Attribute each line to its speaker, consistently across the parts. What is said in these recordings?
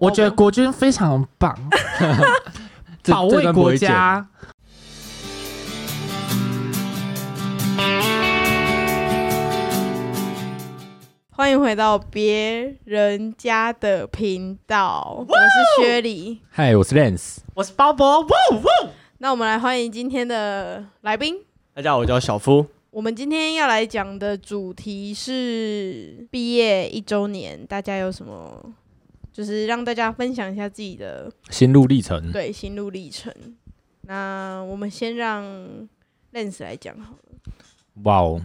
Speaker 1: 我觉得国军非常棒，
Speaker 2: 这
Speaker 1: 保
Speaker 2: 这
Speaker 1: 卫
Speaker 2: 段不
Speaker 1: 国
Speaker 2: 会剪
Speaker 1: 家。
Speaker 3: 欢迎回到别人家的频道，我是薛礼。
Speaker 2: 嗨，我是 Lance。
Speaker 4: 我是鲍勃，哇哇！
Speaker 3: 那我们来欢迎今天的来宾。
Speaker 4: 大家好，我叫小夫。
Speaker 3: 我们今天要来讲的主题是毕业一周年，大家有什么？就是让大家分享一下自己的
Speaker 2: 心路历程，
Speaker 3: 对心路历程。那我们先让 Lens 来讲好了。
Speaker 2: 哇哦，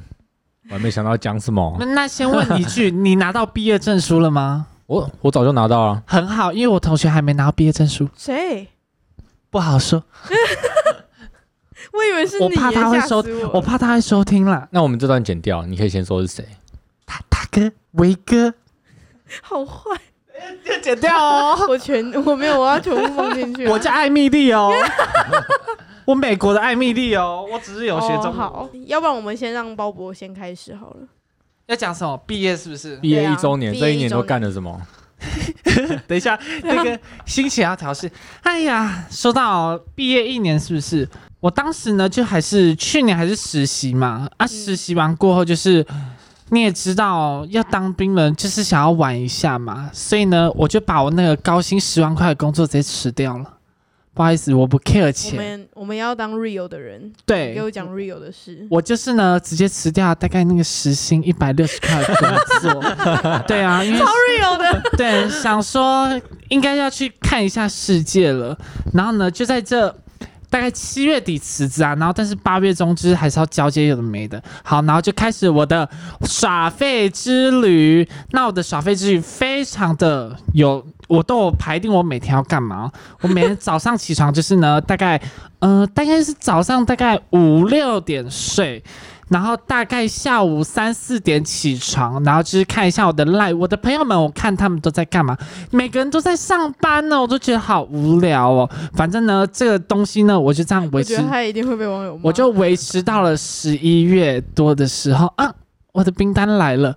Speaker 2: 我还没想到讲什么。
Speaker 1: 那那先问一 句，你拿到毕业证书了吗？
Speaker 2: 我我早就拿到啊了，
Speaker 1: 很好，因为我同学还没拿到毕业证书，
Speaker 3: 谁？
Speaker 1: 不好说。
Speaker 3: 我以为是你
Speaker 1: 我
Speaker 3: 耶，
Speaker 1: 怕他会
Speaker 3: 吓
Speaker 1: 收
Speaker 3: 死，
Speaker 1: 我怕他会收听啦。
Speaker 2: 那我们这段剪掉，你可以先说是谁。
Speaker 3: 啊
Speaker 1: 大大哥，维哥，
Speaker 3: 好坏，
Speaker 1: 要剪掉哦。
Speaker 3: 我全我没有，我要全部放进去啊、
Speaker 1: 我叫艾米丽 哦，我美国的艾米丽哦，我只是有学中
Speaker 3: 哦。
Speaker 1: 文。
Speaker 3: 好，要不然我们先让鲍勃先开始好了。
Speaker 1: 要讲什么？毕业是不是？
Speaker 2: 毕业一周年，
Speaker 3: 毕业
Speaker 2: 这一年
Speaker 3: 一周
Speaker 2: 都
Speaker 3: 年
Speaker 2: 干了什么？
Speaker 1: 等一下，那个心情要调试。哎呀，说到毕业一年，是不是？我当时呢，就还是去年还是实习嘛，
Speaker 3: 嗯
Speaker 1: 啊，实习完过后就是。你也知道，要当兵了，就是想要玩一下嘛，所以呢，我就把我那个高薪十万块的工作直接辞掉了。不好意思，我不 care
Speaker 3: 我
Speaker 1: 钱。
Speaker 3: 们我们要当 real 的人，
Speaker 1: 对
Speaker 3: 给，我讲 real 的事。
Speaker 1: 我就是呢，直接辞掉大概那个时薪一百六十块的工 作。对啊，因为
Speaker 3: real 的，
Speaker 1: 对，想说应该要去看一下世界了。然后呢，就在这大概七月底辞职啊，然后但是八月中就是还是要交接有的没的。好，然后就开始我的耍废之旅。那我的耍废之旅非常的有，我都有排定我每天要干嘛。我每天早上起床就是呢，大概呃大概是早上大概五六点睡。然后大概下午三四点起床，然后就是看一下我的 live，我的朋友们，我看他们都在干嘛，每个人都在上班呢，我都觉得好无聊哦。反正呢，这个东西呢，我就这样维
Speaker 3: 我觉
Speaker 1: 持
Speaker 3: 得他一定会被网友骂。
Speaker 1: 我就维持到了十一月多的时候啊，我的兵单来了，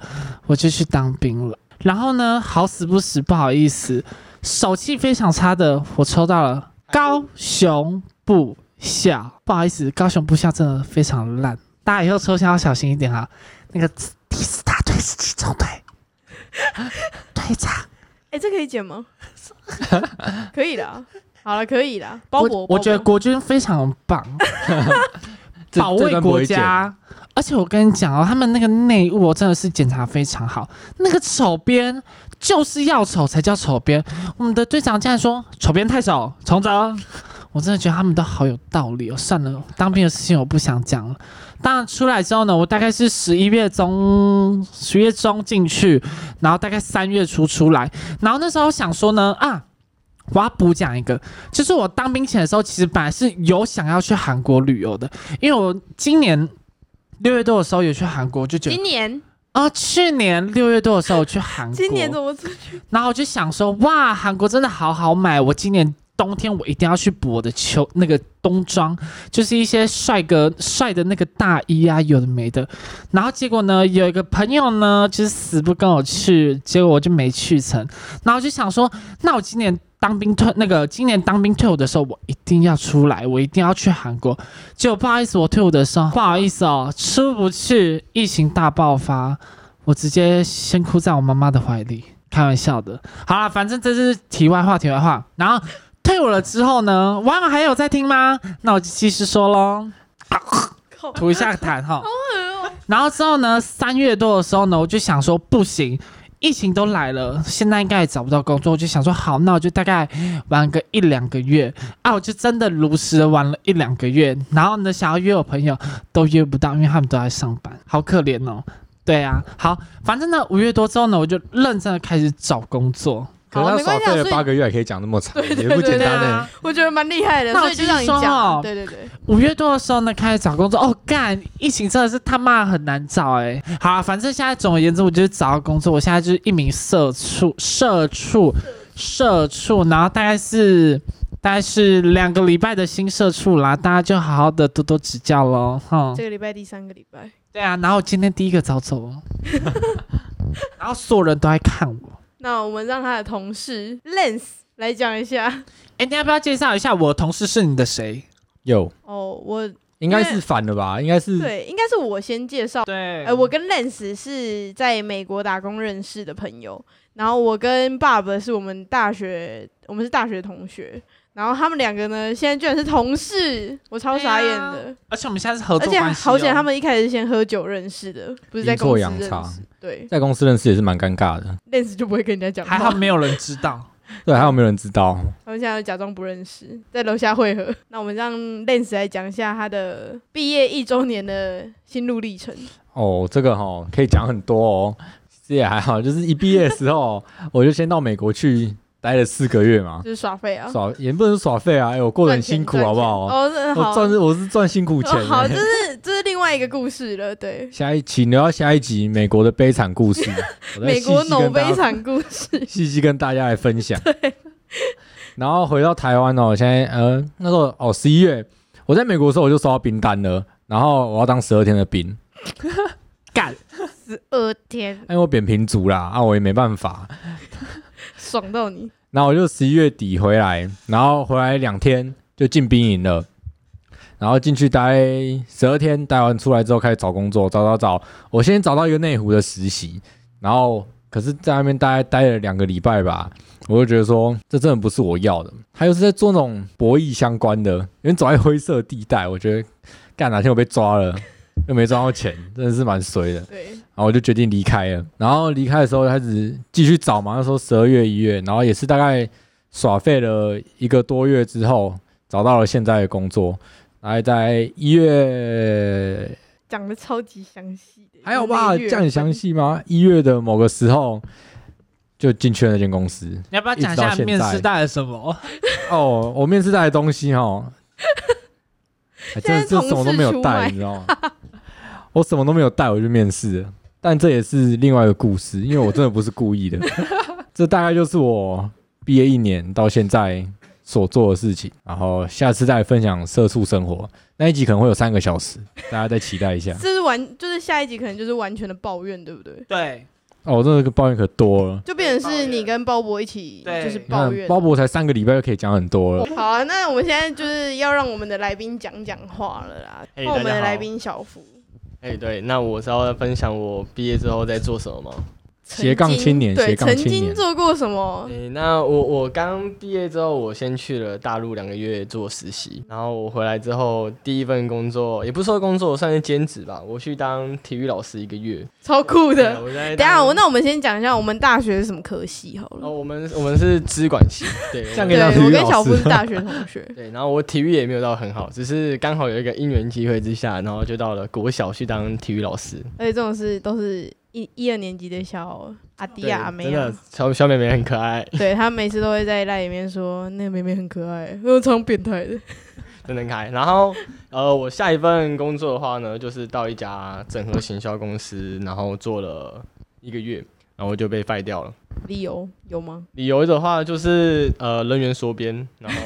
Speaker 1: 我就去当兵了。然后呢，好死不死，不好意思，手气非常差的，我抽到了高雄部校。不好意思，高雄部校真的非常烂，大家以后抽签要小心一点啊。那个第四大队是集中队，队长。
Speaker 3: 哎、这可以剪吗？可以的，好了，可以的。鲍勃，
Speaker 1: 我
Speaker 3: 鲍
Speaker 1: 我
Speaker 3: 勃
Speaker 1: 觉得国军非常棒，
Speaker 2: 这
Speaker 1: 保
Speaker 2: 这
Speaker 1: 卫
Speaker 2: 段不
Speaker 1: 国
Speaker 2: 会剪
Speaker 1: 家。而且我跟你讲哦，他们那个内务哦真的是检查非常好。那个丑编就是要丑才叫丑编。我们的队长竟然说丑编太丑，重整。我真的觉得他们都好有道理哦。算了，当兵的事情我不想讲了。当然出来之后呢，我大概是十一月中、十月中进去，然后大概三月初出来。然后那时候想说呢，啊，我要补讲一个，就是我当兵前的时候，其实本来是有想要去韩国旅游的，因为我今年六月多的时候有去韩国，就觉得
Speaker 3: 今年，
Speaker 1: 啊、去年六月多的时候我去韩国，
Speaker 3: 今年怎么出去？
Speaker 1: 然后我就想说，哇，韩国真的好好买，我今年冬天我一定要去补我的秋那个冬装，就是一些帅哥帅的那个大衣啊，有的没的。然后结果呢，有一个朋友呢，就是死不跟我去，结果我就没去成。然后我就想说，那我今年当兵退那个今年当兵退伍的时候，我一定要出来，我一定要去韩国。结果不好意思，我退伍的时候，不好意思哦，出不去，疫情大爆发，我直接先哭在我妈妈的怀里。开玩笑的。好啦，反正这是题外话，题外话。然后退伍了之后呢， 网友还有在听吗？那我就继续说喽，
Speaker 3: 靠，
Speaker 1: 吐一下痰哈。然后之后呢，三月多的时候呢，我就想说不行。疫情都来了，现在应该也找不到工作，我就想说好，那我就大概玩个一两个月啊，我就真的如实的玩了一两个月，然后呢，想要约我朋友都约不到，因为他们都在上班，好可怜哦。对啊，好，反正呢，五月多之后呢，我就认真的开始找工作。
Speaker 2: 可是
Speaker 3: 好
Speaker 2: 他
Speaker 3: 没关
Speaker 2: 耍
Speaker 3: 系啊
Speaker 2: 废了
Speaker 3: 所以
Speaker 2: 八个月，还可以讲那么长，
Speaker 3: 对对
Speaker 2: 也不简
Speaker 3: 对
Speaker 2: 单欸呢
Speaker 1: 啊。，
Speaker 3: 我觉得蛮厉害的，
Speaker 1: 那我
Speaker 3: 所以就让你
Speaker 1: 继续说
Speaker 3: 讲。
Speaker 1: 哦
Speaker 3: 对对对，
Speaker 1: 五月多的时候呢，开始找工作。哦，干，疫情真的是他妈很难找哎、好啊、反正现在总而言之，我就是找到工作。我现在就是一名社畜，社畜，社畜，然后大概是大概是两个礼拜的新社畜啦，大家就好好的多多指教喽，哼
Speaker 3: 这。个礼拜第三个礼拜，
Speaker 1: 对啊，然后今天第一个早走了，然后所有人都在看我，
Speaker 3: 那我们让他的同事 Lens 来讲一下。
Speaker 1: 哎，你要不要介绍一下我的同事是你的谁？
Speaker 2: 有，
Speaker 3: 哦，我
Speaker 2: 应该是反了吧？应该是
Speaker 3: 对，应该是我先介绍。
Speaker 1: 对
Speaker 3: 呃，我跟 Lens 是在美国打工认识的朋友，然后我跟 Bob 是我们大学，我们是大学同学，然后他们两个呢，现在居然是同事，我超傻眼的，
Speaker 1: 而且我们现在是合
Speaker 3: 而
Speaker 1: 作
Speaker 3: 且
Speaker 1: 关系、哦
Speaker 3: 好险他。们一开始是先喝酒认识的，不是在
Speaker 2: 哦阴错
Speaker 3: 公司
Speaker 2: 阳
Speaker 3: 认识
Speaker 2: 差。
Speaker 3: 对
Speaker 2: 在公司认识也是蛮尴尬的。
Speaker 3: ，Lens 就不会跟人家讲
Speaker 1: 还好
Speaker 3: 话，
Speaker 1: 没有人知 道。
Speaker 2: 对，还有没有人知道？
Speaker 3: 他们现在就假装不认识，在楼下汇合。那我们让 Lens 来讲一下他的毕业一周年的心路历程。
Speaker 2: 哦，这个哈、可以讲很多哦，其实也还好，就是一毕业的时候，我就先到美国去待了四个月嘛，
Speaker 3: 就是耍废啊，
Speaker 2: 耍也不能耍废啊，哎、我过得很辛苦，
Speaker 3: 赚
Speaker 2: 好
Speaker 3: 钱
Speaker 2: 不好？
Speaker 3: 赚 钱哦，那
Speaker 2: 我
Speaker 3: 好，
Speaker 2: 赚是我是赚辛苦钱、
Speaker 3: 哦、 好，
Speaker 2: 欸
Speaker 3: 这是这是另外一个故事了，对，
Speaker 2: 下一期留到下一集美国的悲惨故 事，我再
Speaker 3: 美
Speaker 2: 细
Speaker 3: 国
Speaker 2: 细
Speaker 3: 某
Speaker 2: 跟大
Speaker 3: 悲
Speaker 2: 家，
Speaker 3: 惨故事
Speaker 2: 细细跟大家来分 享。然后回到台湾哦，现在呃那时候哦十一月，我在美国的时候我就收到兵单了，然后我要当十二天的兵，
Speaker 1: 干，
Speaker 3: 二天
Speaker 2: 因为我扁平足啦，啊我也没办法，
Speaker 3: 爽到你，
Speaker 2: 然后我就十一月底回来，然后回来两天就进兵营了，然后进去待十二天，待完出来之后开始找工作，找找找，我先找到一个内湖的实习，然后可是在那边待待了两个礼拜吧，我就觉得说这真的不是我要的，他又是在做那种博弈相关的，有点走在灰色地带，我觉得干哪天我被抓了。又没赚到钱，真的是蛮衰的。
Speaker 3: 对，
Speaker 2: 然后我就决定离开了。然后离开的时候开始继续找嘛，那时候十二月一月，然后也是大概耍废了一个多月之后，找到了现在的工作。然后在一月
Speaker 3: 讲的超级详细的，
Speaker 2: 还有吧，
Speaker 3: 就是那个月
Speaker 2: 这样很详细吗？一月的某个时候就进去了那间公司。
Speaker 1: 你要不要讲一下
Speaker 2: 一直到现
Speaker 1: 面
Speaker 2: 在
Speaker 1: 试带了什么？
Speaker 2: 哦，我面试带的东西哦，哎真的
Speaker 3: 现在
Speaker 2: 这
Speaker 3: 同
Speaker 2: 什么都没
Speaker 3: 事
Speaker 2: 有
Speaker 3: 出卖。
Speaker 2: 带，你知道吗？ 我什么都没有带，我就面试了。但这也是另外一个故事，因为我真的不是故意的。这大概就是我毕业一年到现在所做的事情。然后下次再分享社畜生活那一集，可能会有三个小时，大家再期待一下
Speaker 3: 这是完，就是下一集可能就是完全的抱怨，对不对？
Speaker 1: 对，
Speaker 2: 哦，真的个抱怨可多了。
Speaker 3: 就变成是你跟鲍勃一起
Speaker 1: 对
Speaker 3: 就是
Speaker 2: 你看
Speaker 3: 抱怨。
Speaker 2: 鲍勃才三个礼拜就可以讲很多了。
Speaker 3: 好、啊，那我们现在就是要让我们的来宾讲讲话了啦。
Speaker 4: 嘿
Speaker 3: 那我们
Speaker 4: 大
Speaker 3: 的
Speaker 4: 家好
Speaker 3: 来宾小福，
Speaker 4: 哎、对，那我是要分享我毕业之后在做什么吗？
Speaker 2: 斜杠
Speaker 3: 曾经
Speaker 2: 青年
Speaker 3: 对，
Speaker 2: 斜杠
Speaker 3: 曾
Speaker 2: 青
Speaker 3: 经
Speaker 2: 年
Speaker 3: 做过什
Speaker 4: 哎、
Speaker 3: 么？
Speaker 4: 那我我刚毕业之后，我先去了大陆两个月做实习，然后我回来之后，第一份工作也不是说工作，算是兼职吧，我去当体育老师一个月。
Speaker 3: 超酷
Speaker 4: 对啊
Speaker 3: 的。
Speaker 4: 我在
Speaker 3: 啊等一下，
Speaker 4: 当
Speaker 3: 我那我们先讲一下我们大学是什么科系好了
Speaker 4: 哦，。我们我们是资管系，对，
Speaker 2: 这样
Speaker 4: 我，
Speaker 2: 给
Speaker 3: 对
Speaker 2: 他体育
Speaker 3: 我跟
Speaker 2: 老
Speaker 3: 小
Speaker 2: 师
Speaker 3: 夫是大学同学
Speaker 4: 对，然后我体育也没有到很好，只是刚好有一个因缘机会之下，然后就到了国小去当体育老师。
Speaker 3: 而且这种事都是一一二年级的小阿弟
Speaker 4: 对
Speaker 3: 啊、阿妹
Speaker 4: 真的
Speaker 3: 啊，
Speaker 4: 小小妹妹很可爱，
Speaker 3: 对他每次都会在赖里面说那个妹妹很可爱，那种超变态的。
Speaker 4: 真的很可爱。然后呃，我下一份工作的话呢，就是到一家整合行销公司，然后做了一个月，然后我就被 fire 掉了。
Speaker 3: 理由有吗？
Speaker 4: 理由的话就是呃人员缩编，然后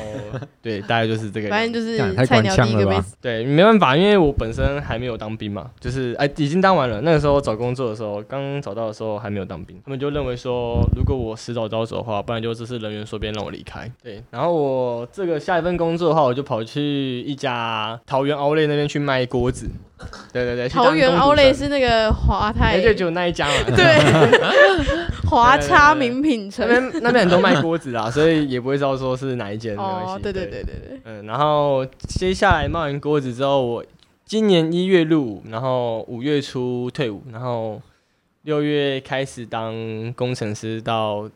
Speaker 4: 对，大概就是这个样子。
Speaker 3: 反正就是
Speaker 2: 干太
Speaker 3: 菜
Speaker 2: 官
Speaker 3: 鸟
Speaker 2: 腔
Speaker 3: 第一个
Speaker 2: 了
Speaker 3: 被
Speaker 2: 吧
Speaker 3: 死
Speaker 4: 对，没办法，因为我本身还没有当兵嘛，就是哎、已经当完了。那个时候找工作的时候，刚找到的时候还没有当兵，他们就认为说，如果我迟早都要走的话，不然就这是人员缩编让我离开。对，然后我这个下一份工作的话，我就跑去一家桃园奥莱那边去卖锅子。对对对，去当
Speaker 3: 桃园
Speaker 4: 工读
Speaker 3: 奥莱
Speaker 4: 生，
Speaker 3: 是那个华泰
Speaker 4: 哎，，对，就那一家嘛。
Speaker 3: 对，华差
Speaker 4: 对对对对
Speaker 3: 名品城
Speaker 4: 那。边那边很多卖锅子啊，所以也不会知道说是哪一间。没关
Speaker 3: 哦
Speaker 4: 系，
Speaker 3: 对对对对对，
Speaker 4: 嗯，然后接下来卖完锅子之后，我今年一月入伍，然后五月初退伍，然后六月开始当工程师，到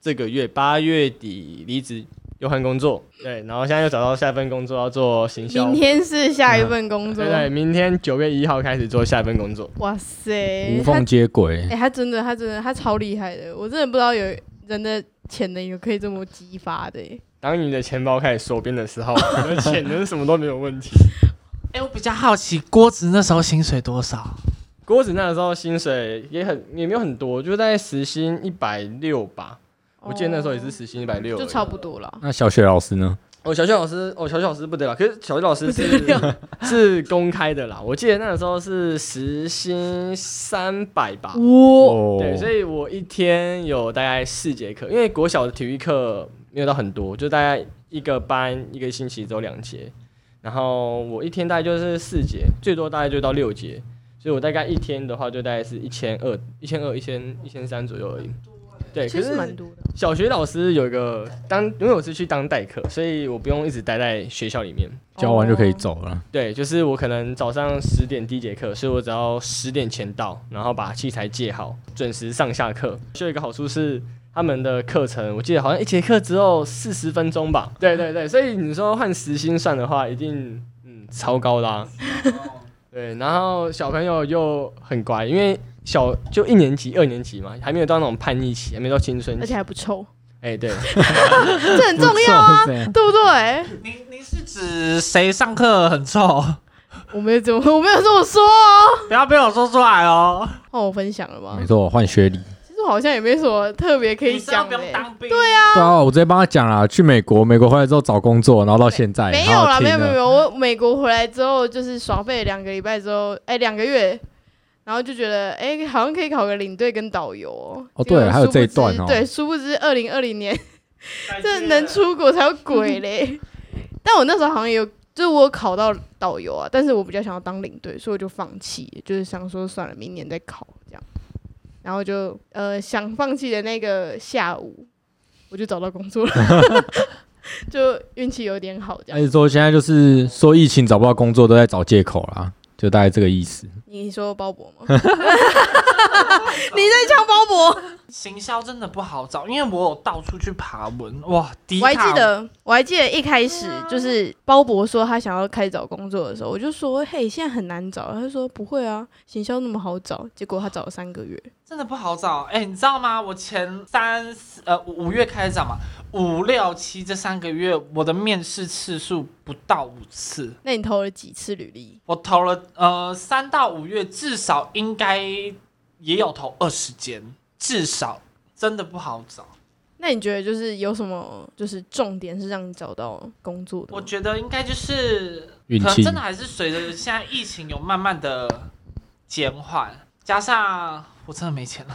Speaker 4: 这个月八月底离职，又换工作。对，然后现在又找到下一份工作，要做行销。
Speaker 3: 明天是下一份工作
Speaker 4: 嗯对。对，明天九月一号开始做下一份工作。
Speaker 3: 哇塞
Speaker 2: 无，
Speaker 3: 他
Speaker 2: 缝接轨
Speaker 3: 哎、。他真的，他真的，他超厉害的，我真的不知道有人的潜能有可以这么激发的、欸。
Speaker 4: 当你的钱包开始收编的时候，你的潜能什么都没有问题。
Speaker 1: 哎，我比较好奇郭子那时候薪水多少？
Speaker 4: 锅子那时候薪水也很也没有很多，就大概时薪一百六吧。我记得那时候也是时薪一百六，
Speaker 3: 哦就差不多了。
Speaker 2: 那小雪老师呢？
Speaker 4: 哦，小学老师，哦，小学老师不得了，可是小学老师是是公开的啦。我记得那个时候是时薪三百吧，
Speaker 3: 我
Speaker 2: 哦
Speaker 4: 对，所以我一天有大概四节课，因为国小的体育课没有到很多，就大概一个班一个星期只有两节，然后我一天大概就是四节，最多大概就到六节，所以我大概一天的话就大概是一千二、一千二、一千一千三左右而已。对，
Speaker 3: 欸
Speaker 4: 可
Speaker 3: 其实
Speaker 4: 是
Speaker 3: 蛮多的。
Speaker 4: 小学老师有一个当，因为我是去当代课，所以我不用一直待在学校里面。
Speaker 2: 教完就可以走了。
Speaker 4: 对，就是我可能早上十点第一节课，所以我只要十点前到，然后把器材借好，准时上下课。就有一个好处是，他们的课程我记得好像一节课只有四十分钟吧。对对对，所以你说换时薪算的话，一定嗯超高啦、对，然后小朋友又很乖，因为小就一年级、二年级嘛，还没有到那种叛逆期，还没到青春
Speaker 3: 而且
Speaker 4: 期。
Speaker 3: 还不臭，
Speaker 4: 哎、对，
Speaker 3: 这很重要啊，
Speaker 2: 不错，
Speaker 3: 对不对？
Speaker 1: 您您是指谁上课很臭？
Speaker 3: 我没有怎么，我没有这么说哦。
Speaker 1: 不要被我说出来哦！
Speaker 3: 换我分享了
Speaker 2: 这
Speaker 3: 吗
Speaker 2: 样没？错，换学理。
Speaker 3: 其实我好像也没什么特别可以讲
Speaker 1: 不
Speaker 3: 的、
Speaker 1: 用当兵。
Speaker 3: 对啊，
Speaker 2: 对啊，我直接帮他讲啦，去美国，美国回来之后找工作，然后到现在
Speaker 3: 没有啦，没有没有没
Speaker 2: 有，
Speaker 3: 有，我美国回来之后就是耍废两个礼拜之后，哎、两个月，然后就觉得哎、好像可以考个领队跟导游哦。
Speaker 2: 哦
Speaker 3: 结果
Speaker 2: 对还有
Speaker 3: 殊不
Speaker 2: 这一
Speaker 3: 知
Speaker 2: 段哦
Speaker 3: 对，殊不知二零二零年 这能出国才有鬼嘞。 但我那时候好像也有，就是我有考到导游啊，但是我比较想要当领队，所以我就放弃，就是想说算了，明年再考这样。然后就呃想放弃的那个下午，我就找到工作了， 就运气有点好这样
Speaker 2: 而。且说现在就是说疫情找不到工作，都在找借口啦，就大概这个意思。
Speaker 3: 你说鲍勃吗？你在呛鲍勃？
Speaker 1: 行销真的不好找，因为我有到处去爬文，哇，迪
Speaker 3: 我
Speaker 1: 卡
Speaker 3: 还记得，我还记得一开始就是鲍勃说他想要开始找工作的时候，我就说：“嘿，现在很难找。”他就说：“不会啊，行销那么好找。”结果他找了三个月，
Speaker 1: 真的不好找。哎、你知道吗？我前三四呃五五月开始找嘛，五六七这三个月，我的面试次数不到五次。
Speaker 3: 那你投了几次履历？
Speaker 1: 我投了呃三到五月，至少应该也有投二十间，至少真的不好找。
Speaker 3: 那你觉得就是有什么就是重点是让你找到工作的
Speaker 1: 我
Speaker 3: 吗？
Speaker 1: 觉得应该就是
Speaker 2: 运
Speaker 1: 可能
Speaker 2: 气
Speaker 1: 真的还是随着现在疫情有慢慢的减缓，加上我真的没钱了，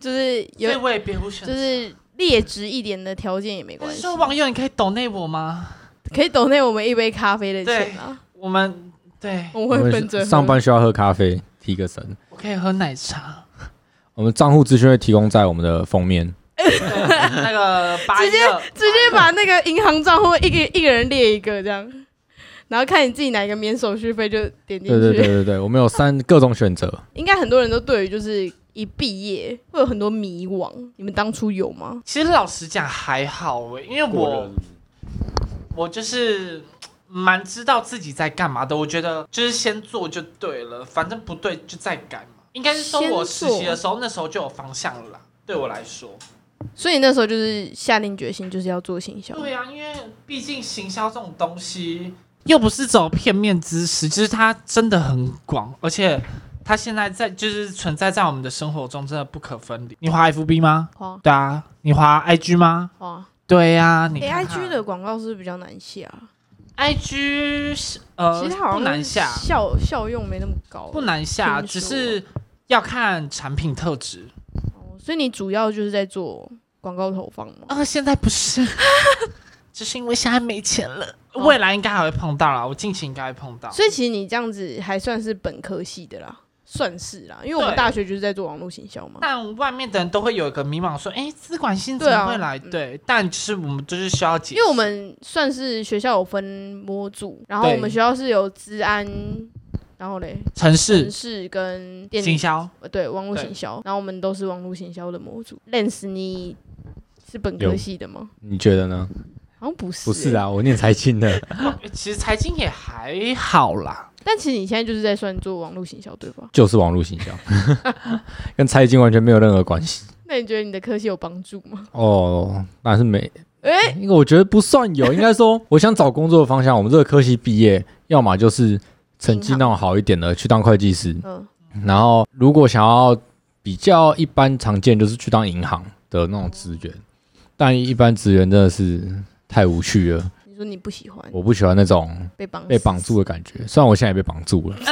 Speaker 3: 就是
Speaker 1: 所以
Speaker 3: 有
Speaker 1: 我也别无选择。
Speaker 3: 就是劣质一点的条件也没
Speaker 1: 但
Speaker 3: 关
Speaker 1: 是
Speaker 3: 系，
Speaker 1: 说网友，你可以懂内我吗？
Speaker 3: 可以抖内我们一杯咖啡的
Speaker 1: 对
Speaker 3: 钱啊，
Speaker 1: 我们对，
Speaker 3: 我们会分着喝
Speaker 2: 上班需要喝咖啡，提个神。
Speaker 1: 我可以喝奶 茶。
Speaker 2: 我们账户资讯会提供在我们的封面，
Speaker 1: 那个八一
Speaker 3: 直接
Speaker 1: 二，
Speaker 3: 直接把那个银行账户一个一个人列一个这样，然后看你自己哪一个免手续费就点进去。
Speaker 2: 对对对对对，我们有三各种选择，
Speaker 3: 应该很多人都对于就是一毕业会有很多迷惘，你们当初有吗？
Speaker 1: 其实老实讲还好诶、因为我我就是蛮知道自己在干嘛的。我觉得就是先做就对了，反正不对就再改嘛。应该是说我实习的时候，那时候就有方向了啦。对我来说，
Speaker 3: 所以你那时候就是下定决心就是要做行销。
Speaker 1: 对呀、啊因为毕竟行销这种东西又不是走片面知识，就是它真的很广，而且它现在在就是存在在我们的生活中，真的不可分离。你滑 FB 吗？
Speaker 3: 花
Speaker 1: 对啊，你滑 IG 吗？
Speaker 3: 花
Speaker 1: 对呀、你
Speaker 3: ，A
Speaker 1: 看
Speaker 3: 哎 I
Speaker 1: 看
Speaker 3: G 的广告是不是比较难下？
Speaker 1: IG 是呃
Speaker 3: 其实它好
Speaker 1: 不
Speaker 3: 像
Speaker 1: 难
Speaker 3: 是
Speaker 1: 下，
Speaker 3: 效效用没那么高，
Speaker 1: 不难下，
Speaker 3: 听
Speaker 1: 只
Speaker 3: 说
Speaker 1: 是要看产品特质。
Speaker 3: 哦。所以你主要就是在做广告投放吗？
Speaker 1: 啊、现在不 是，只是因为现在没钱了，
Speaker 3: 哦
Speaker 1: 未来应该还会碰到啦，我近期应该会碰到。
Speaker 3: 所以其实你这样子还算是本科系的啦，算是啦，因为我们
Speaker 1: 对
Speaker 3: 大学就是在做网络行销嘛。
Speaker 1: 但外面的人都会有一个迷茫，说：“哎，资管性怎
Speaker 3: 对啊
Speaker 1: 么会来？”对,、但就是我们就是需要解释，
Speaker 3: 因为我们算是学校有分模组，然后
Speaker 1: 对
Speaker 3: 我们学校是有治安，然后嘞
Speaker 1: 城
Speaker 3: 城
Speaker 1: 市
Speaker 3: 市跟电
Speaker 1: 行销
Speaker 3: 呃对网络
Speaker 1: 对
Speaker 3: 行销，然后我们都是网络行销的模组。Lens，你是本科
Speaker 2: 有
Speaker 3: 系的吗？
Speaker 2: 你觉得呢？
Speaker 3: 好像不是、
Speaker 2: 不是。啊，我念财经的，
Speaker 1: 诶其实财经也还好啦。
Speaker 3: 但其实你现在就是在算做网络行销，对吧？
Speaker 2: 就是网络行销，跟财经完全没有任何关系。
Speaker 3: 那你觉得你的科系有帮助吗？
Speaker 2: 哦，那是没，
Speaker 3: 哎、
Speaker 2: 因为我觉得不算有，应该 说，我想找工作的方向，我们这个科系毕业，要么就是成绩
Speaker 3: 银行
Speaker 2: 那种好一点的，去当会计师，
Speaker 3: 嗯，
Speaker 2: 然后如果想要比较一般常见，就是去当银行的那种职员，但一般职员真的是太无趣了，
Speaker 3: 你说你不喜欢
Speaker 2: 我不喜欢那种
Speaker 3: 被绑
Speaker 2: 被绑
Speaker 3: 死，
Speaker 2: 住的感觉。虽然我现在也被绑住了，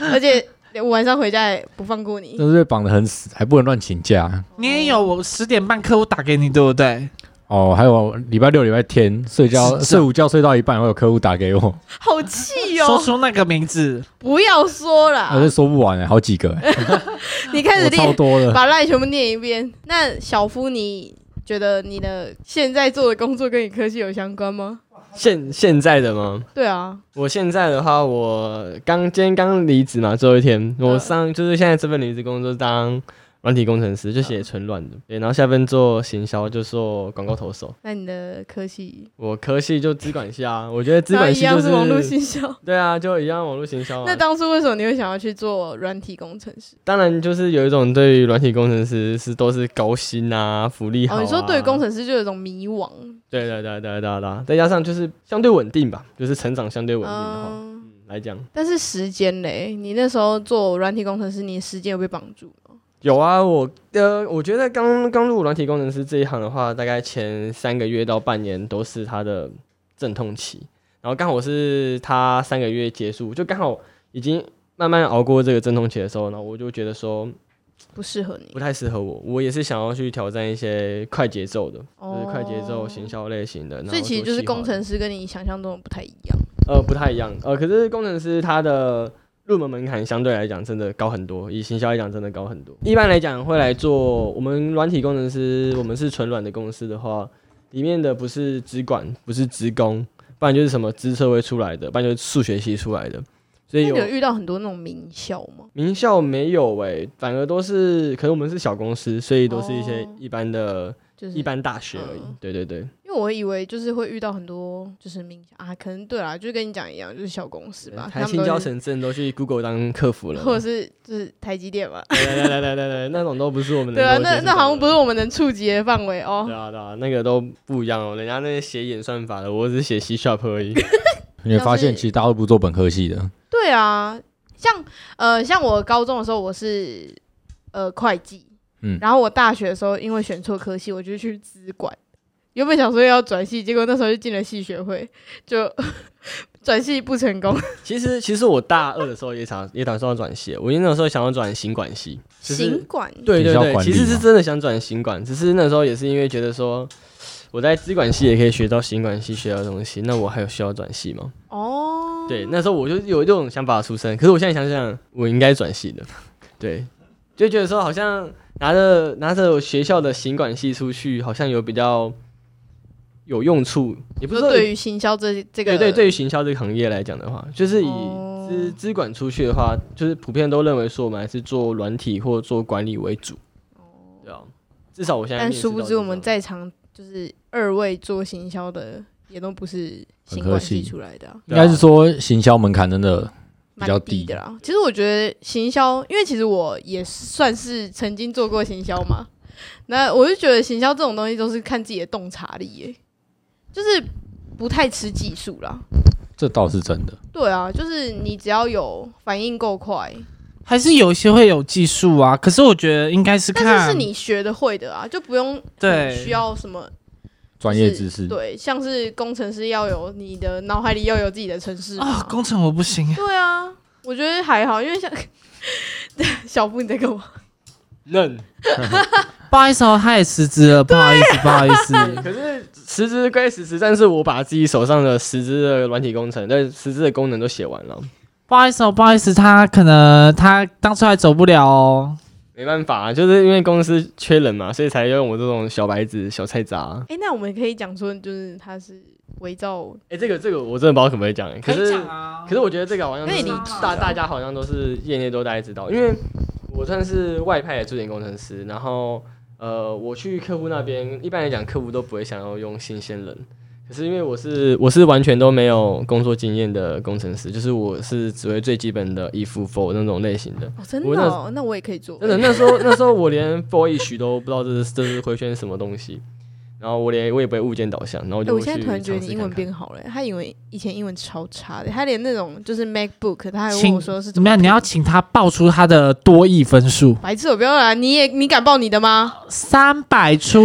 Speaker 3: 而且我晚上回家也不放过你。
Speaker 2: 但是被绑得很死，还不能乱请假。
Speaker 1: 你也有我十点半客户打给你，对不对？
Speaker 2: 哦，还有礼拜六、礼拜天睡觉
Speaker 1: 是啊
Speaker 2: 睡午觉睡到一半，会有客户打给我，
Speaker 3: 好气
Speaker 1: 说
Speaker 3: 哦！
Speaker 1: 出那个名字，
Speaker 3: 不要说
Speaker 1: 啊
Speaker 2: 我
Speaker 3: 了
Speaker 2: 是，说不完欸好几个欸，
Speaker 3: 你开始
Speaker 2: 我超
Speaker 3: 念，
Speaker 2: 多的。
Speaker 3: 把赖全部念一遍。那小夫，你觉得你的现在做的工作跟你科技有相关吗？
Speaker 4: 现现在的吗？
Speaker 3: 对啊，
Speaker 4: 我现在的话，我刚今天刚离职嘛，最后一天，
Speaker 3: 嗯
Speaker 4: 我上就是现在这份离职工作当软体工程
Speaker 3: 嗯
Speaker 4: 师，就写纯软的，对，然后下份做行销，就做广告投手。
Speaker 3: 那你的科技，
Speaker 4: 我科系就资管系啊，我觉得资
Speaker 3: 然后
Speaker 4: 管
Speaker 3: 嗯一
Speaker 4: 系就
Speaker 3: 样是网络行销。
Speaker 4: 对啊，就一样网络行销、啊。
Speaker 3: 那当初为什么你会想要去做软体工程师？
Speaker 4: 当然就是有一种对于软体工程师是都是高薪啊，福利好、啊
Speaker 3: 哦，你说对于工程师就有一种迷惘，
Speaker 4: 对对对对对对，再加上就是相对稳定吧，就是成长相对稳定的话、
Speaker 3: 嗯，
Speaker 4: 嗯、来讲，
Speaker 3: 但是时间嘞，你那时候做软体工程师，你的时间有被绑住吗？
Speaker 4: 有啊，我呃，我觉得刚刚入软体工程师这一行的话，大概前三个月到半年都是他的阵痛期，然后刚好是他三个月结束，就刚好已经慢慢熬过这个阵痛期的时候，然后我就觉得说
Speaker 3: 不适合你
Speaker 4: 不，太适合我，我也是想要去挑战一些快节奏的，就是快节奏行
Speaker 3: 哦。
Speaker 4: 销类型的，然后
Speaker 3: 所以其实
Speaker 4: 做
Speaker 3: 就是
Speaker 4: 企划
Speaker 3: 工
Speaker 4: 的
Speaker 3: 程师跟你想象中的不太一样。
Speaker 4: 呃不太一样，呃，可是工程师他的入门门槛相对来讲真的高很多，以行销来讲真的高很多。一般来讲会来做我们软体工程师，我们是纯软的公司的话，里面的不是资管，不是职工，不然就是什么资社会出来的，不然就是数学系出来的，所
Speaker 3: 那
Speaker 4: 以
Speaker 3: 你
Speaker 4: 有
Speaker 3: 有遇到很多那种名校吗？
Speaker 4: 名校没有诶、反而都是，可能我们是小公司，所以都是一些
Speaker 3: 哦
Speaker 4: 一般的、
Speaker 3: 就是
Speaker 4: 一，般大学而已。
Speaker 3: 嗯
Speaker 4: 对对对，
Speaker 3: 因为我以为就是会遇到很多就是名校啊，可能对啦，就跟你讲一样，就是小公司吧，
Speaker 4: 台
Speaker 3: 他
Speaker 4: 青
Speaker 3: 们
Speaker 4: 交
Speaker 3: 都是
Speaker 4: 城镇都去 Google 当客服了，
Speaker 3: 或者是就是台积电吧，
Speaker 4: 对对对对对对，那种都不是我们能
Speaker 3: 对啊，
Speaker 4: 够接
Speaker 3: 那
Speaker 4: 触
Speaker 3: 那
Speaker 4: 到
Speaker 3: 好像不
Speaker 4: 的
Speaker 3: 是我们能触及的范围哦
Speaker 4: 对。啊对啊，那个都不一样哦，人家那些写演算法的，我只是写 C sharp 而已。
Speaker 2: 你会发
Speaker 3: 像
Speaker 2: 现，
Speaker 3: 是
Speaker 2: 其实大家都不做本科系的，
Speaker 3: 对啊，像呃，像我高中的时候我是呃会计，
Speaker 2: 嗯
Speaker 3: 然后我大学的时候因为选错科系，我就去资管，原本想说要转系，结果那时候就进了系学会，就 转系不成功，
Speaker 4: 其实其实我大二的时候也想也打算要转系，我那时候想要转行管系，就是
Speaker 3: 行管
Speaker 4: 对
Speaker 2: 学
Speaker 4: 对
Speaker 2: 校
Speaker 4: 对，
Speaker 2: 管
Speaker 4: 其
Speaker 2: 理
Speaker 4: 实是
Speaker 2: 嘛
Speaker 4: 真的想转行管，只是那时候也是因为觉得说我在资管系也可以学到行管系学到的东西，那我还有需要转系吗？
Speaker 3: 哦，
Speaker 4: 对，那时候我就有这种想法出生，可是我现在想想，我应该转系的， 对，就觉得说好像拿着拿着我学校的行管系出去，好像有比较有用处，也不
Speaker 3: 就是
Speaker 4: 说
Speaker 3: 对于行销这这个
Speaker 4: 对对，对于行销这个行业来讲的话，就是以
Speaker 3: 哦
Speaker 4: 资资管出去的话，就是普遍都认为说我们还是做软体或做管理为主，对啊，至少我现在
Speaker 3: 但
Speaker 4: 面试
Speaker 3: 殊不
Speaker 4: 到
Speaker 3: 知
Speaker 4: 是
Speaker 3: 我们
Speaker 4: 这
Speaker 3: 在
Speaker 4: 样
Speaker 3: 场就是二位做行销的也都不是
Speaker 2: 本
Speaker 3: 行
Speaker 2: 科
Speaker 3: 管系
Speaker 2: 系
Speaker 3: 出来的啊、
Speaker 2: 应该是说行销门槛真的比较
Speaker 3: 蛮低
Speaker 2: 低
Speaker 3: 的啦。其实我觉得行销，因为其实我也算是曾经做过行销嘛，那我就觉得行销这种东西都是看自己的洞察力、耶，就是不太吃技术啦。
Speaker 2: 这倒是真的。
Speaker 3: 对啊，就是你只要有反应够快，
Speaker 1: 还是有一些会有技术啊。可是我觉得应该是看，
Speaker 3: 但是是你学的会的啊，就不用
Speaker 1: 对
Speaker 3: 需要什么
Speaker 2: 专业知识，
Speaker 3: 对，像是工程师要有你的脑海里要有自己的城市
Speaker 1: 啊、
Speaker 3: 嘛
Speaker 1: 工程我不行，
Speaker 3: 对啊，我觉得还好，因为像 小布你在干嘛？
Speaker 4: 嫩，
Speaker 1: 不好意思哦，他也辞职了，不好意思，不好意思。
Speaker 4: 可是实质归实质，但是我把自己手上的实质的软体工程，但实质的功能都写完了，
Speaker 1: 不好意思哦，不好意思，他可能他当初还走不了哦。
Speaker 4: 没办法、啊就是因为公司缺人嘛，所以才用我这种小白子、小菜渣。
Speaker 3: 哎、那我们可以讲说，就是他是伪造，哦
Speaker 4: 哎、这个这个我真的不知道可不可以讲、可是
Speaker 1: 啊
Speaker 4: 可是我觉得这个好像都
Speaker 3: 可以
Speaker 4: 是
Speaker 3: 理解
Speaker 4: 大
Speaker 3: 啊
Speaker 4: 大家好像都是业内都大家知道，因为我算是外派的驻点工程师，然后呃，我去客户那边，一般来讲客户都不会想要用新鲜人。可是因为我是我是完全都没有工作经验的工程师，就是我是只会最基本的 if for 那种类型的。
Speaker 3: 哦，真的、
Speaker 4: 我
Speaker 3: 哦，那我也可以做，
Speaker 4: 真的，那时候那时候我连 for each 都不知道这是这是回圈什么东西，然后我连我也不会物件导向，然后
Speaker 3: 诶。哎
Speaker 4: 就
Speaker 3: 我
Speaker 4: 去
Speaker 3: 现在突然觉得
Speaker 4: 尝
Speaker 3: 你
Speaker 4: 试
Speaker 3: 英文
Speaker 4: 看看
Speaker 3: 变好了、他以为以前英文超差的，他连那种就是 MacBook，他还问
Speaker 1: 请
Speaker 3: 我说是
Speaker 1: 怎么样？
Speaker 3: 拼
Speaker 1: 你要请他报出他的多亿分数，
Speaker 3: 白痴，我不要啦！你也你敢报你的吗？
Speaker 1: 三百出，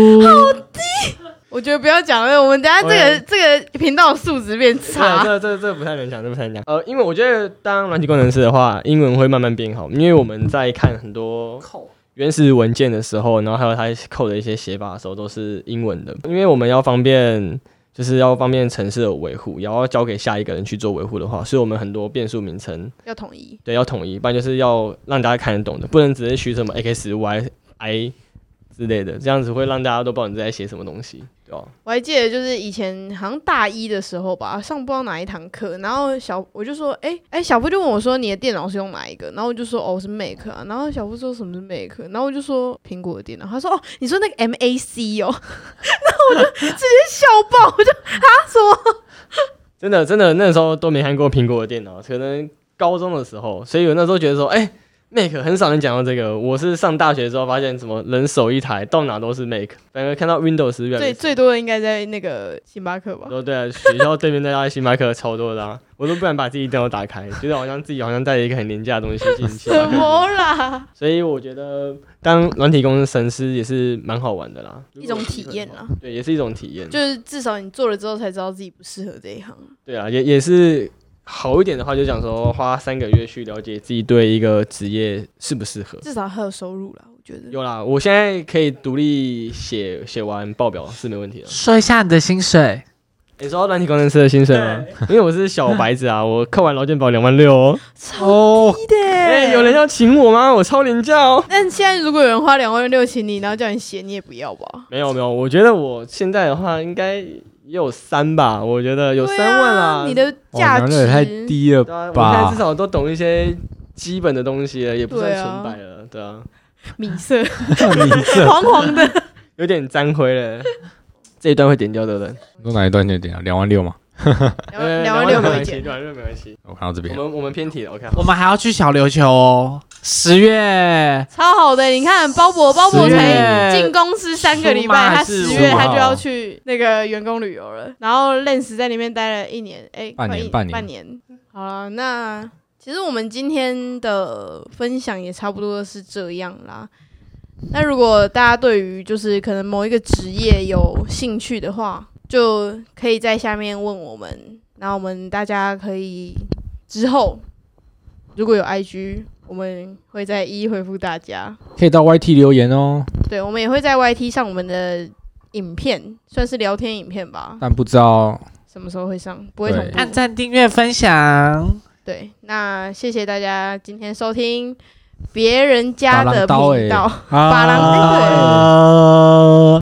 Speaker 3: 我觉得不要讲了，我们等下这个
Speaker 4: OK
Speaker 3: 这个频道的素质变差。
Speaker 4: 这这这不太能讲，这不太能讲。呃，因为我觉得当软体工程师的话，英文会慢慢变好，因为我们在看很多原始文件的时候，然后还有它扣的一些写法的时候，都是英文的，因为我们要方便，就是要方便城市的维护，也要交给下一个人去做维护的话，所以我们很多变数名称
Speaker 3: 要统一。
Speaker 4: 对要统一，不然就是要让大家看得懂的，不能只是取什么 x y i 之类的，这样子会让大家都不知道你在写什么东西，对吧、
Speaker 3: 我还记得就是以前好像大一的时候吧，上不知道哪一堂课，然后小我就说，哎、哎、小布就问我说你的电脑是用哪一个，然后我就说哦我是 Mac 啊，然后小布说什么是 Mac，然后我就说苹果的电脑，他说哦你说那个 MAC 哦，然后 我就直接笑爆，我就啊什么？
Speaker 4: 真的真的那时候都没看过苹果的电脑，可能高中的时候，所以我那时候觉得说，哎、m a c 很少人讲到这个。我是上大学之后发现，什么人手一台，到哪都是 Mac，反而看到 Windows 越来
Speaker 3: 最
Speaker 4: 越。
Speaker 3: 最多的应该在那个星巴克吧
Speaker 4: 然，后对啊，学校对面那家星巴克超多的、啊，我都不敢把自己电脑打开，觉得好像自己好像带着一个很廉价的东西进 去。
Speaker 3: 什么啦？
Speaker 4: 所以我觉得当软体公司神师也是蛮好玩的啦，
Speaker 3: 一种体验啦。
Speaker 4: 对，也是一种体验。
Speaker 3: 就是至少你做了之后才知道自己不适合这一行。
Speaker 4: 对啊，也也是好一点的话，就讲说花三个月去了解自己对一个职业适不适合。
Speaker 3: 至少还有收入啦，我觉得。
Speaker 4: 有啦，我现在可以独立写写完报表是没问题的。
Speaker 1: 说一下你的薪水，
Speaker 4: 你说到软体工程师的薪水吗？因为我是小白子 啊，我扣完劳健保两万六哦。
Speaker 3: 超低的、
Speaker 4: 哎、有人要请我吗？我超廉价哦。
Speaker 3: 但现在如果有人花两万六请你，然后叫你写，你也不要吧？
Speaker 4: 没有没有，我觉得我现在的话应该也有三吧，我觉得有
Speaker 3: 对
Speaker 4: 三万啦。
Speaker 3: 啊，你的
Speaker 2: 哦
Speaker 3: 价
Speaker 2: 两
Speaker 3: 值、
Speaker 2: 个也太低了
Speaker 4: 对啊，我现在
Speaker 2: 吧
Speaker 4: 至？少都懂一些基本的东西了，也不算
Speaker 3: 对
Speaker 4: 纯
Speaker 3: 啊
Speaker 4: 白了，对啊，
Speaker 3: 米色、
Speaker 2: 你这
Speaker 3: 黄黄的。
Speaker 4: 有点沾灰了。这一段会点掉的人，
Speaker 2: 你说哪一段就点啊？两万六嘛，
Speaker 4: 呃
Speaker 3: 两万六
Speaker 4: 没
Speaker 3: 可以
Speaker 4: 关系，
Speaker 3: 减。
Speaker 4: 两万六没关系。
Speaker 2: 我看到这
Speaker 4: 我
Speaker 2: 边。
Speaker 4: 们我们偏题了，OK 啊好。
Speaker 1: 我们还要去小琉球哦，十月
Speaker 3: 超好的，你看包博，包博
Speaker 1: 十
Speaker 3: 才
Speaker 1: 月
Speaker 3: 进公司三个礼
Speaker 1: 出马
Speaker 3: 拜，他
Speaker 1: 是
Speaker 3: 十月
Speaker 2: 五号
Speaker 3: 他就要去那个员工旅游了。然后 Lens 在里面待了一年，哎、
Speaker 2: 半
Speaker 3: 快
Speaker 2: 年
Speaker 3: 一
Speaker 2: 半年
Speaker 3: 半年。好了，那其实我们今天的分享也差不多是这样啦。那如果大家对于就是可能某一个职业有兴趣的话，就可以在下面问我们，然后我们大家可以之后如果有 IG，我们会再一一回复大家。
Speaker 2: 可以到 YT 留言哦，
Speaker 3: 对，我们也会在 YT 上我们的影片，算是聊天影片吧。
Speaker 2: 但不知道
Speaker 3: 什么时候会上？不会同
Speaker 2: 对
Speaker 1: 按
Speaker 3: 步。
Speaker 1: 赞、订阅、分享。
Speaker 3: 对，那谢谢大家今天收听别人家
Speaker 2: 拔
Speaker 3: 的
Speaker 2: 狼刀
Speaker 3: 频
Speaker 2: 哎
Speaker 3: 道。，
Speaker 2: 拔
Speaker 3: 狼哎对
Speaker 1: 啊